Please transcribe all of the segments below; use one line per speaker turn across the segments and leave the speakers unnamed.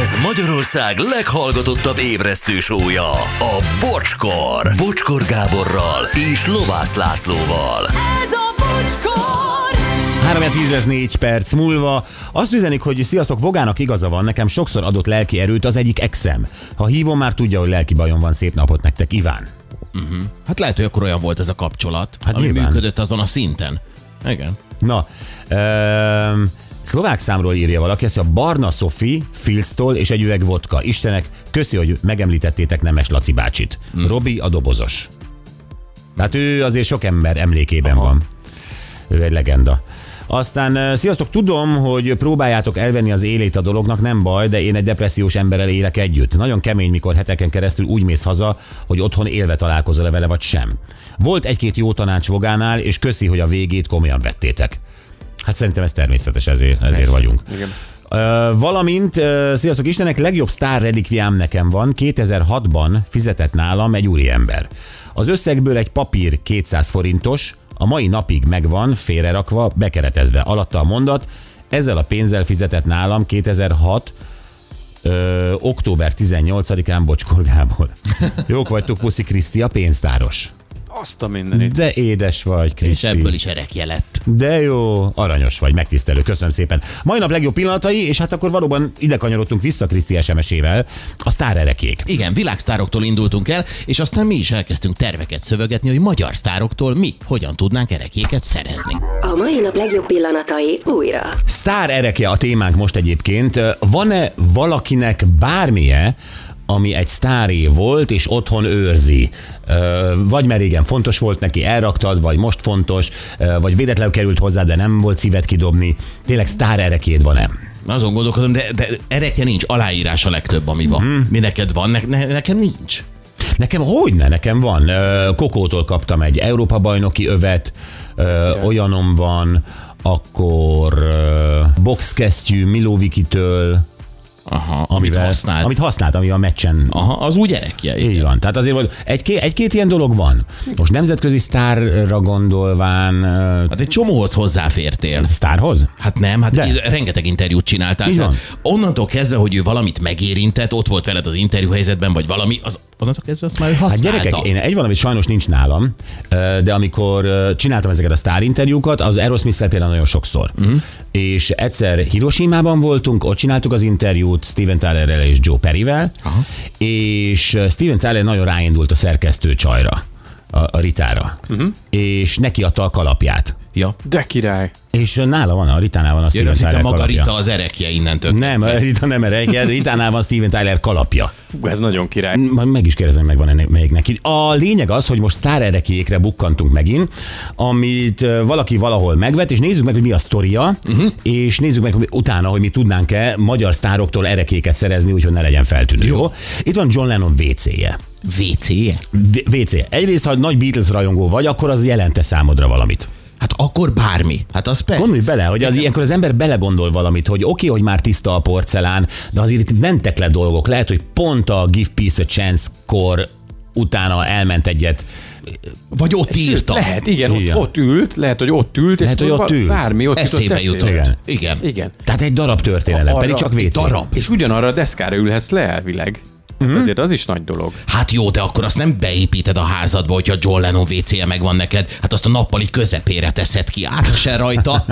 Ez Magyarország leghallgatottabb ébresztő sója, a Bocskor. Bocskor Gáborral és Lovász Lászlóval.
Ez a bocskor!
3 10 lesz 4 perc múlva. Azt üzenik, hogy sziasztok, Vogának igaza van, nekem sokszor adott lelki erőt az egyik exem. Ha hívom, már tudja, hogy lelki bajom van, szép napot nektek, Iván.
Hát lehet, hogy akkor olyan volt ez a kapcsolat,
Hát
hát ami
nyilván.
működött azon a szinten. Igen.
Na, öm, szlovák számról írja valaki, ezt a Barna Sofi, Filztól és egy üveg vodka. Istenek, köszi, hogy megemlítettétek Nemes Laci bácsit. Robi a dobozos. Tehát ő azért sok ember emlékében Aha. van. Ő egy legenda. Aztán, ö, sziasztok, tudom, hogy próbáljátok elvenni az élét a dolognak, nem baj, de én egy depressziós emberrel élek együtt. Nagyon kemény, mikor heteken keresztül úgy mész haza, hogy otthon élve találkozol vele, vagy sem. Volt egy-két jó tanács Vogánál, és köszi, hogy a végét komolyan vettétek. Hát szerintem ez természetes, ezért, ezért vagyunk. Igen. Valamint, ö, sziasztok Istenek, legjobb sztár relikviám nekem van, 2006-ban fizetett nálam egy úriember. Az összegből egy papír 200 forintos, a mai napig megvan, félrerakva, bekeretezve. Alatta a mondat, ezzel a pénzzel fizetett nálam 2006 ö, október 18-án Bocskor Gábor. Jók vagytok, Puszi Kriszti, a pénztáros.
Azt a mindenit.
De édes vagy,
És
Kriszti.
ebből is erekje lett.
De jó, aranyos vagy, megtisztelő, köszönöm szépen. Mai nap legjobb pillanatai, és hát akkor valóban ide kanyarodtunk vissza Kriszti SMS-ével, a sztárerekék.
Igen, világsztároktól indultunk el, és aztán mi is elkezdtünk terveket szövegetni, hogy magyar sztároktól mi hogyan tudnánk erekéket szerezni.
A mai nap legjobb pillanatai újra.
Sztár ereke a témánk most egyébként. Van-e valakinek bármije, ami egy sztáré volt, és otthon őrzi. Ö, Vagy mert régen fontos volt neki, elraktad, vagy most fontos, ö, vagy véletlenül került hozzá, de nem volt szíved kidobni. Tényleg sztár erekéd van-e?
Azon gondolkodom, de, de erekje nincs, aláírás a legtöbb, ami van.
Mhm.
Hmm. Mi neked van, ne, ne, nekem nincs.
Nekem hogyne, nekem van. Ö, Kokótól kaptam egy Európa-bajnoki övet, ö, olyanom van, akkor ö, boxkesztyű Milovikitől,
Aha, amit használ.
Amit használt, ami a meccsen
Aha, az úgy erekje. igen.
Így van. Tehát azért hogy egy-két, egy-két ilyen dolog van. Most nemzetközi sztárra gondolván, ö,
Hát egy csomóhoz hozzáfértél.
sztárhoz?
Hát nem, hát
De.
De. rengeteg interjút csináltál.
Így
tehát Onnantól kezdve, hogy ő valamit megérintett, ott volt veled az interjú helyzetben, vagy valami, az onnantól kezdve azt már ő
Hát
használta.
gyerekek, én egy valamit sajnos nincs nálam, ö, de amikor ö, csináltam ezeket a sztárinterjúkat, az Eros smith például nagyon sokszor.
Mhm.
Mm. És egyszer Hiroshima-ban voltunk, ott csináltuk az interjút Steven Tylerrel és Joe Perryvel, Aha. és ö, Steven Tyler nagyon ráindult a szerkesztő csajra, a, a Ritára,
Mhm.
mm. és neki adta a kalapját.
Ja.
De király.
És ö, nála van, a Ritánál van a
Jön
Steven
azt hittem
Tyler
maga
kalapja.
Rita az erekje innentől.
Nem, Rita nem ereke, Ritánál van Steven Tyler kalapja.
Hú, ez nagyon király.
Majd meg is kérdezem, hogy megvan-e még neki. A lényeg az, hogy most sztár erekékre bukkantunk megint, amit ö, valaki valahol megvet, és nézzük meg, hogy mi a sztoria, uh-huh. és nézzük meg hogy utána, hogy mi tudnánk-e magyar sztároktól erekéket szerezni, úgyhogy ne legyen feltűnő. Jó. Jó? Itt van John Lennon WC-je.
wc
V- WC. Egyrészt, ha nagy Beatles rajongó vagy, akkor az jelente számodra valamit.
Hát akkor bármi. Hát az persze.
Gondolj bele, hogy az ilyenkor az ember belegondol valamit, hogy oké, okay, hogy már tiszta a porcelán, de azért itt mentek le dolgok. Lehet, hogy pont a Give Peace a Chance-kor utána elment egyet.
Vagy ott írta.
Lehet, igen,
Igen.
ott, ott ült, lehet, hogy ott ült, és
Lehet, hogy
akkor
ott
ba-
ült.
bármi ott
Eszébe jutott.
Igen.
Igen. Igen.
Igen.
Tehát Hát egy darab történelem,
Arra-
pedig csak
egy
WC.
darab.
És ugyanarra a deszkára ülhetsz le elvileg.
Mhm.
Mm-hmm. Azért az is nagy dolog.
Hát jó, de akkor azt nem beépíted a házadba, hogyha John Lennon WC-je megvan neked. Hát azt a nappali közepére teszed ki, átlesen rajta.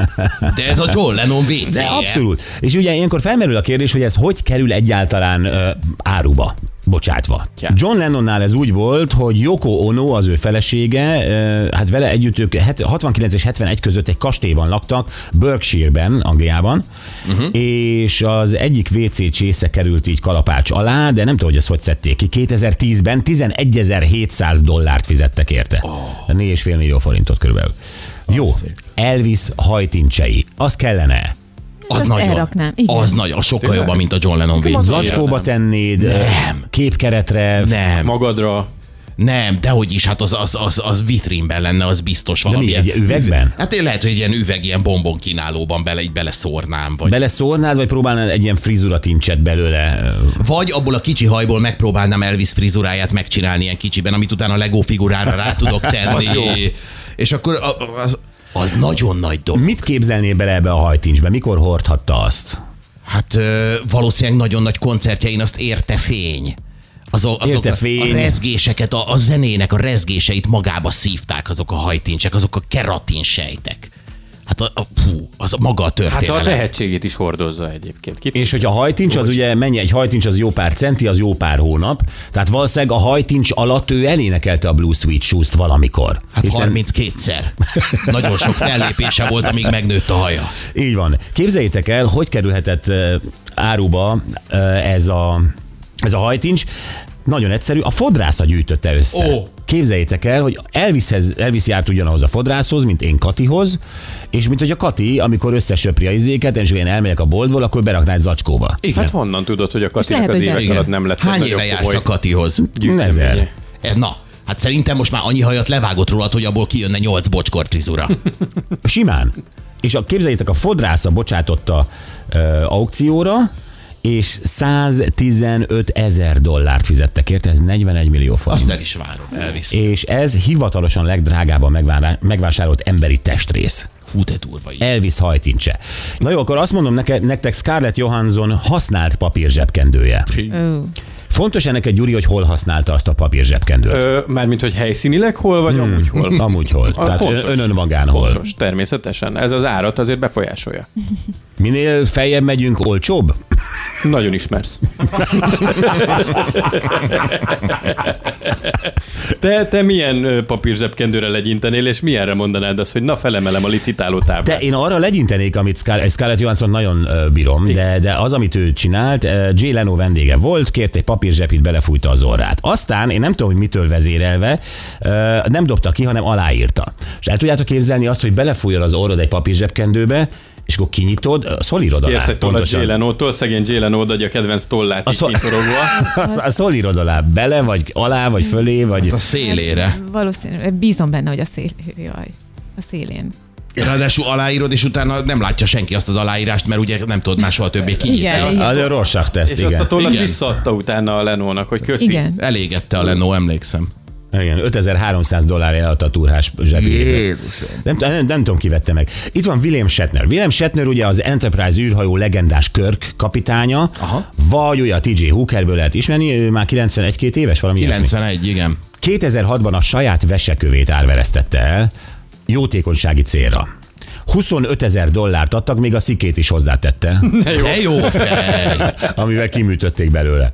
De ez a John Lennon WC.
De abszolút. És ugye ilyenkor felmerül a kérdés, hogy ez hogy kerül egyáltalán ö, áruba bocsátva.
Ja.
John Lennonnál ez úgy volt, hogy Yoko Ono, az ő felesége, ö, hát vele együtt ők het- 69 és 71 között egy kastélyban laktak, Berkshire-ben, Angliában, uh-huh. és az egyik WC csésze került így kalapács alá, de nem tudom, hogy ezt hogy szedték ki. 2010-ben 11.700 dollárt fizettek érte. Oh. 4,5 millió forintot körülbelül. Jó, Elvis hajtincsei, az kellene.
Az
Azt
nagyon.
elraknám, igen.
Az nagyon. Sokkal jobban, mint a John Lennon WC.
Zacskóba tennéd, eh,
Nem.
képkeretre,
Nem,
Magadra
nem, dehogy is, hát az, az, az, az vitrínben lenne, az biztos valami.
mi, egy üvegben?
Hát én lehet, hogy egy ilyen üveg, ilyen bombon kínálóban bele, így beleszórnám, vagy
beleszórnád, vagy próbálnál egy ilyen frizuratincset belőle?
Vagy abból a kicsi hajból megpróbálnám Elvis frizuráját megcsinálni ilyen kicsiben, amit utána Lego figurára rá tudok tenni. És akkor a- az, az nagyon nagy dolog.
Mit képzelnél bele ebbe a hajtincsbe? Mikor hordhatta azt?
Hát ö, valószínűleg nagyon nagy koncertjein azt érte fény. Azok, azok
Érte
a-
fény.
a rezgéseket, a, a zenének a rezgéseit magába szívták azok a hajtincsek, azok a keratin sejtek. Hát a, a, hú, az a maga a
Hát a
történelem.
tehetségét is hordozza egyébként. Ki
És hogyha hajtincs, az ugye mennyi egy hajtincs, az jó pár centi, az jó pár hónap. Tehát valószínűleg a hajtincs alatt ő elénekelte a Blue Sweet Shoes-t valamikor.
Hát 32-szer. Nagyon sok fellépése volt, amíg megnőtt a haja.
Így van. Képzeljétek el, hogy kerülhetett ö, áruba ö, ez a, ez a hajtincs. Nagyon egyszerű, a fodrásza gyűjtötte össze.
Ó.
Képzeljétek el, hogy Elvishez, Elvis járt ugyanahoz a fodrászhoz, mint én Katihoz, és mint hogy a Kati, amikor összesöpri a izéket, én is én elmegyek a boltból, akkor berakná egy zacskóba.
Igen.
Hát honnan tudod, hogy a Katinak
lehet,
az
hogy
évek
nem.
alatt nem lett
Hány
egy
éve
nagyon
jársz
komoly
a Katihoz?
gyűjteménye?
Ezer.
E, Na, hát szerintem most már annyi hajat levágott rólad, hogy abból kijönne 8 bocskor frizura.
Simán. És a, képzeljétek, a fodrásza bocsátotta ö, aukcióra, és 115 ezer dollárt fizettek érte, ez 41 millió forint.
Azt el is várom, elvisz.
és ez hivatalosan legdrágábban megvárá- megvásárolt emberi testrész.
Hú, de durva
E-
így.
Elvis hajtincse. Na jó, akkor azt mondom neke, nektek Scarlett Johansson használt papír zsebkendője.
Ó.
Fontos ennek egy Gyuri, hogy hol használta azt a papír zsebkendőt?
Ö, Mármint, hogy helyszínileg hol, vagy amúgy hol?
Amúgy hol. Hmm. Tehát
fontos.
ön- önön magán hol.
Most természetesen. Ez az árat azért befolyásolja.
Minél feljebb megyünk, olcsóbb?
Nagyon ismersz. te, te milyen ö, papírzsebkendőre legyintenél, és milyenre mondanád azt, hogy na felemelem a licitáló
De
táblát?
én arra legyintenék, amit Scar- Scarlett Johansson nagyon ö, bírom, de, de az, amit ő csinált, ö, Jay Leno vendége volt, kért egy papírzsepit, belefújta az orrát. Aztán, én nem tudom, hogy mitől vezérelve, ö, nem dobta ki, hanem aláírta. És el tudjátok képzelni azt, hogy belefújol az orrod egy papírzsebkendőbe, és akkor kinyitod, ö, szolírod alá.
Kérsz egy tollat Jélenótól, szegény Jélenó adja a kedvenc tollát a
szó-
így kitorogva.
A szolírod alá, bele, vagy alá, vagy fölé, vagy...
A szélére.
Valószínűleg bízom benne, hogy a szélén. Jaj, a szélén.
Ráadásul aláírod, és utána nem látja senki azt az aláírást, mert ugye nem tudod már soha többé kinyitni.
Igen.
Az a Rorschach teszt,
És azt a
igen.
tollat
Igen.
visszaadta utána a Lenónak, hogy köszi. Hát,
Igen.
Elégette a Leno, emlékszem.
Igen, 5300 dollár eladta a turhás zsebébe. Nem, nem, nem tudom, ki vette meg. Itt van William Shatner. William Shatner ugye az Enterprise űrhajó legendás Körk kapitánya,
Aha.
vagy ugye a TJ Hookerből lehet ismerni, ő már 91-2 éves, valami ilyesmi.
91, igen.
2006-ban a saját vesekövét árveresztette el, jótékonysági célra. 25 ezer dollárt adtak, még a szikét is hozzátette,
De jó fej.
amivel kiműtötték belőle.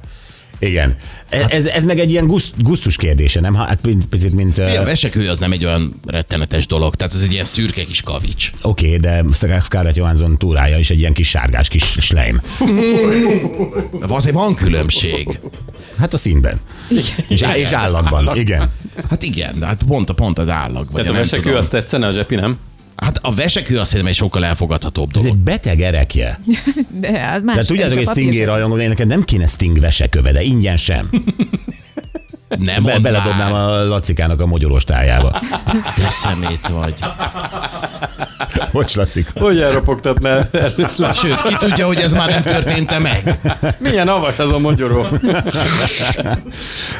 Igen. E- Ez, ez meg egy ilyen guszt, gusztus kérdése, nem? Hát picit, mint...
Fia, A
ö,
vesekő az nem egy olyan rettenetes dolog, tehát ez egy ilyen szürke kis kavics.
Oké, okay, de Scar- Scarlett Johansson túrája is egy ilyen kis sárgás kis slime.
De Azért van különbség.
Hát a színben. És, á- és állagban, igen.
Hát igen, de hát pont, pont az állag. Vagy
Tehát a
nem
vesekő
tudom.
azt tetszene a zsepi, nem?
Hát a vesekő azt szerintem egy sokkal elfogadhatóbb
Ez
dolog.
egy beteg erekje.
De, hát más,
De tudjátok, hogy Stingé rajongom, de én nekem nem kéne Sting veseköve, de ingyen sem.
Nem
Be-
mondd
beledobnám
már.
a lacikának a mogyoros tájába.
Te szemét vagy.
Bocs, Lacika.
Hogy elropogtatnál?
Sőt, ki tudja, hogy ez már nem történt meg?
Milyen avas az a magyaró?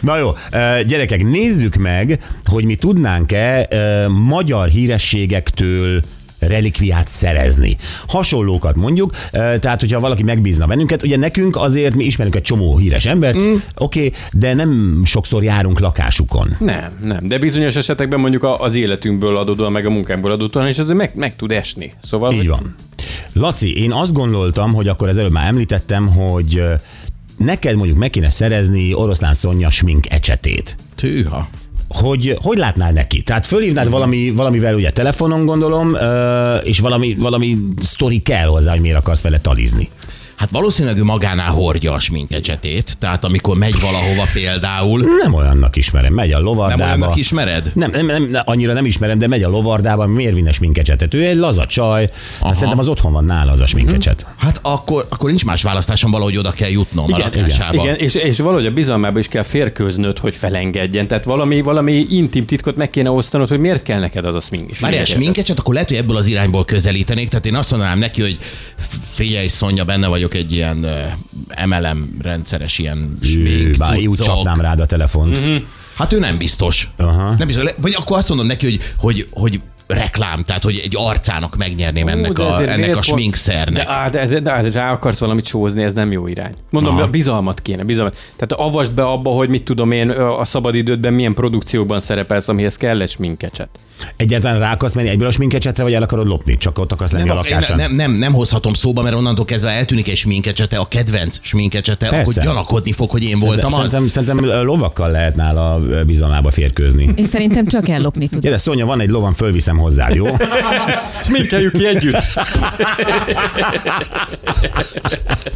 Na jó, ö, gyerekek, nézzük meg, hogy mi tudnánk-e ö, magyar hírességektől relikviát szerezni. Hasonlókat mondjuk, ö, tehát hogyha valaki megbízna bennünket, ugye nekünk azért mi ismerünk egy csomó híres embert, mm. oké, okay, de nem sokszor járunk lakásukon.
Nem, nem. De bizonyos esetekben mondjuk a- az életünkből adódóan, meg a munkánkból adódóan, és azért meg, meg tud esni. Szóval
Így van. Laci, én azt gondoltam, hogy akkor az előbb már említettem, hogy ö, neked mondjuk meg kéne szerezni oroszlán szonya smink ecsetét.
Tűha.
hogy hogy látnál neki? Tehát fölhívnád valami, valamivel ugye telefonon gondolom, ö, és valami, valami sztori kell hozzá, hogy miért akarsz vele talizni.
Hát valószínűleg ő magánál hordja a sminkecsetét, tehát amikor megy valahova például,
Nem olyannak ismerem, megy a
nem
lovardába.
olyannak ismered?
Nem, nem, nem, nem, annyira nem ismerem, de megy a lovardába, miért vinne sminkecsetet? Ő egy laza csaj, Aha. szerintem az otthon van nála az a sminkecset.
Hát akkor, akkor nincs más választásom, valahogy oda kell jutnom igen, a
Igen,
lakásába.
igen és, és valahogy a bizalmába is kell férkőznöd, hogy felengedjen. Tehát valami, valami intim titkot meg kéne osztanod, hogy miért kell neked az a smink is.
Várjál, sminkecset, akkor lehet, hogy ebből az irányból közelítenék, tehát én azt mondanám neki, hogy figyelj, Szonya, benne vagyok egy ilyen ö, MLM rendszeres ilyen
Ő,
smink,
bár, úgy
cuccok. Mhm.
csapnám rád a telefont. Mm-hmm.
Hát ő nem biztos.
Aha.
Nem biztos. Le- Vagy akkor azt mondom neki, hogy, hogy, hogy reklám, tehát hogy egy arcának megnyerném ennek
de
a,
ezért
ennek
miért
a
pont-
sminkszernek.
De, á, de, ezért, de á, rá akarsz valamit sózni, ez nem jó irány. Mondom,
Aha.
Aha. bizalmat kéne, bizalmat. Tehát avasd be abba, hogy mit tudom én ö, a szabadidődben milyen produkcióban szerepelsz, amihez kell egy sminkecset.
Egyáltalán rá akarsz menni egyből a sminkecsetre, vagy el akarod lopni? Csak ott akarsz lenni
Nem,
a
ak-
lakáson?
nem, nem, nem hozhatom szóba, mert onnantól kezdve eltűnik egy sminkecsete, a kedvenc sminkecsete, akkor
Persze.
gyanakodni fog, hogy én voltam az.
Szerintem, szerintem ö, lovakkal lehet nála ö, bizalmába férkőzni.
Én szerintem csak ellopni tudok.
Gyere, Szonya, van egy lovam, fölviszem hozzád, jó?
Sminkeljük ki együtt.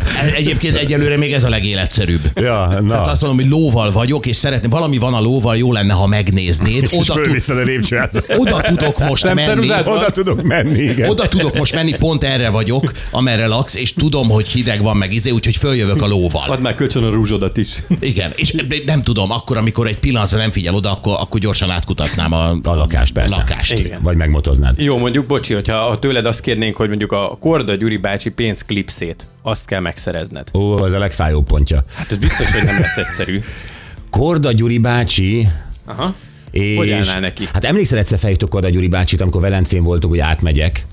e- Egyébként egyelőre még ez a legéletszerűbb.
ja, na.
Tehát azt mondom, hogy lóval vagyok, és szeretném, valami van a lóval, jó lenne, ha megnéznéd.
és
Oda, tud,
fölviszed a lépcsőházba.
oda tudok most
Nem
menni.
szeruzát?
Oda tudok menni, igen.
Oda tudok most menni, pont erre vagyok, amerre laksz, és tudom, hogy hideg van meg izé, úgyhogy följövök a lóval.
Add már kölcsön a rúzsodat is.
Igen, és de nem tudom, akkor, amikor egy pillanatra nem figyel oda, akkor, akkor gyorsan átkutatnám a,
A lakást, persze.
lakást.
Igen.
Vagy megmotoznád.
Jó, mondjuk, bocsi, hogyha ha tőled azt kérnénk, hogy mondjuk a Korda Gyuri bácsi pénz klipszét, azt kell megszerezned.
Ó, ez a legfájóbb pontja.
Hát ez biztos, hogy nem lesz egyszerű.
Korda Gyuri bácsi,
Aha.
és...
Hogy állnál neki?
Hát emlékszel, egyszer felhívtuk Korda Gyuri bácsit, amikor Velencén voltunk, hogy átmegyek.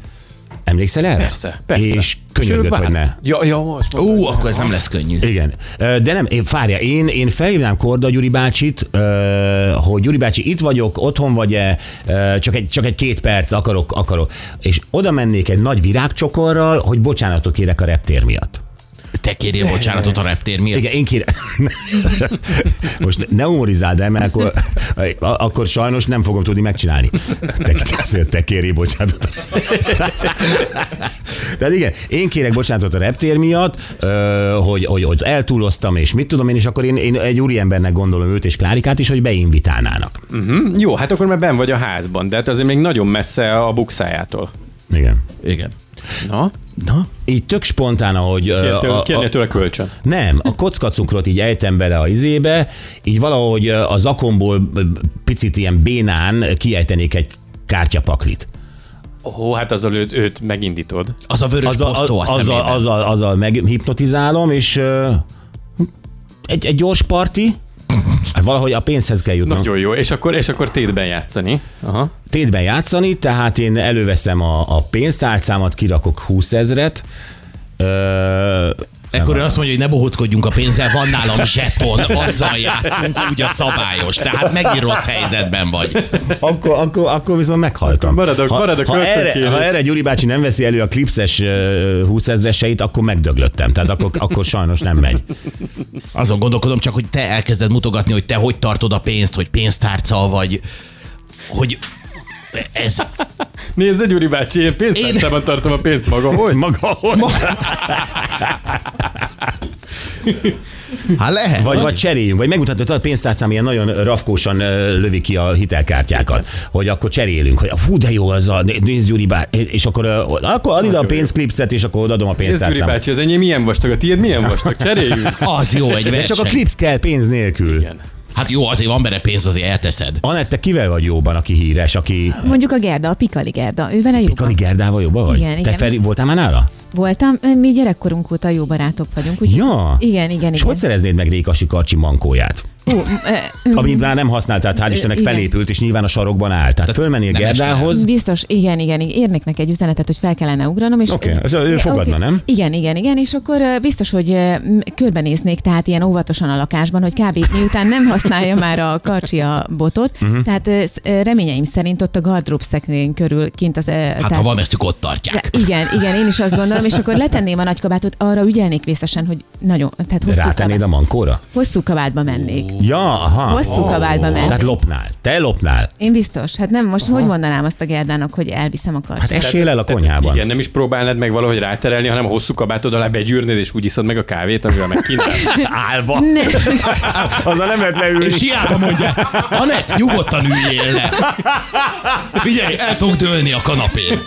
Emlékszel erre?
Persze, persze.
És
Sőt,
könyörgött,
bár-
hogy ne.
Ja, ja, azt mondom.
Ú, akkor ez nem lesz könnyű.
Igen. Ö, De nem, én, várja, én, én felhívnám Korda Gyuri bácsit, ö, hogy Gyuri bácsi, itt vagyok, otthon vagy-e, ö, csak egy, csak egy két perc akarok, akarok. És oda mennék egy nagy virágcsokorral, hogy bocsánatot kérek a reptér miatt.
Te kérjél bocsánatot a reptér miért?
Igen, én kérem. Most ne humorizáld el, mert akkor, a- akkor sajnos nem fogom tudni megcsinálni. Te, te, azért te kéri bocsánatot. Tehát igen, én kérek bocsánatot a reptér miatt, ö, hogy, hogy, hogy eltúloztam, és mit tudom én, és akkor én, én egy úriembernek gondolom őt és Klárikát is, hogy beinvitálnának.
Hm, Jó, hát akkor már ben vagy a házban, de hát azért még nagyon messze a bukszájától.
Igen.
Igen.
Na,
Na,
Így tök spontán, ahogy... ö,
kérte-
a- a-
kérnél tőle kölcsön.
Nem, a kockacukrot így ejtem bele a izébe, így valahogy ö, az akomból b- b- picit ilyen bénán kiejtenék egy kártyapaklit.
Ó, hát azzal őt, őt megindítod.
az a vörös
Azzal,
posztó a
azzal, azzal,
szemében.
azzal, azzal meghipnotizálom, és ö, egy, egy gyors parti, Hát valahogy a pénzhez kell jutnom.
Nagyon jó, és akkor, és akkor tétben játszani. Aha.
Tétben játszani, tehát én előveszem a, a pénztárcámat, kirakok 20 ezret, ö,
Ekkor ő azt mondja, hogy ne bohóckodjunk a pénzzel, van nálam zseton, azzal játszunk, úgy a szabályos. Tehát megint rossz helyzetben vagy.
akkor, akkor, akkor viszont meghaltam.
Akkor marad a-
ha,
marad a
ha, erre,
költségkérés.
ha erre Gyuri bácsi nem veszi elő a klipszes ö, 20 ezreseit, akkor megdöglöttem. Tehát akkor, akkor sajnos nem megy.
Azon gondolkodom csak, hogy te elkezded mutogatni, hogy te hogy tartod a pénzt, hogy pénztárca vagy, hogy ez,
Nézd, Gyuri bácsi, én pénztárcában tartom a pénzt maga, hogy?
Maga hogy?
hát lehet.
Vagy, vagy cseréljünk, vagy megmutatod, hogy a pénztárcám ilyen nagyon rafkósan ö, lövi ki a hitelkártyákat, hogy akkor cserélünk, hogy "Ah, fú, de jó az a, nézd Gyuri bá, és akkor, ö, akkor ad ide a pénzklipszet, és akkor odaadom a
Nézd, Gyuri
pénztárcámat.
bácsi, az enyém milyen vastag, a tiéd milyen vastag, cseréljük.
Az jó, egy
De
verseny.
csak a klipsz kell pénz nélkül.
Hát jó, azért van benne pénz, azért elteszed.
Anette, kivel vagy jóban, aki híres, aki
Mondjuk a Gerda, a Pikali Gerda, ő vele jó.
Kari Gerdával jobban vagy?
Igen,
Te
igen.
Feri, voltál már nála?
Voltam, mi gyerekkorunk óta jó barátok vagyunk. Úgy...
Ja.
Igen, igen,
És
igen.
hogy szereznéd meg Rékasi Karcsi mankóját?
Ú, e,
Amit már nem használtál, hál' Istennek
Igen.
felépült, és nyilván a sarokban áll. Tehát fölmennél
nem
Gerdához,
Biztos, igen, igen, igen. Írnék neki egy üzenetet, hogy fel kellene ugranom. és-
Oké, ez ő fogadna,
Oké.
nem?
Igen, igen, igen, és akkor ö, biztos, hogy ö, m- körbenéznék, tehát ilyen óvatosan a lakásban, hogy kb. miután nem használja már a karcsi a botot,
Mhm.
tehát ö, sz- ö, reményeim szerint ott a gardrób szekrény körül kint az... ö,
Hát ha
tehát-
van eszük, ott
Ja,
tartják.
igen, igen, én is azt gondolom, és akkor letenném a nagykabátot, arra ügyelnék vészesen, hogy nagyon, tehát hosszú,
rátennéd
kabát,
a mankóra?
hosszú kabátba mennék.
Ja, aha.
Hosszú
Ó.
kabátba mennék.
Tehát lopnál. Te lopnál.
Én biztos, hát nem, most hogy mondanám azt a Gerdának, hogy elviszem a karcsit?
Hát esél el a konyhában.
Igen, nem is próbálnád meg valahogy ráterelni, hanem a hosszú kabátod alá begyűrnéd, és úgy iszod meg a kávét, amivel megkínál.
Állva.
Ne.
Az a nem lehet leülni.
És hiába mondja, Anett, nyugodtan üljél le. Figyelj, el tudok dőlni a kanapén.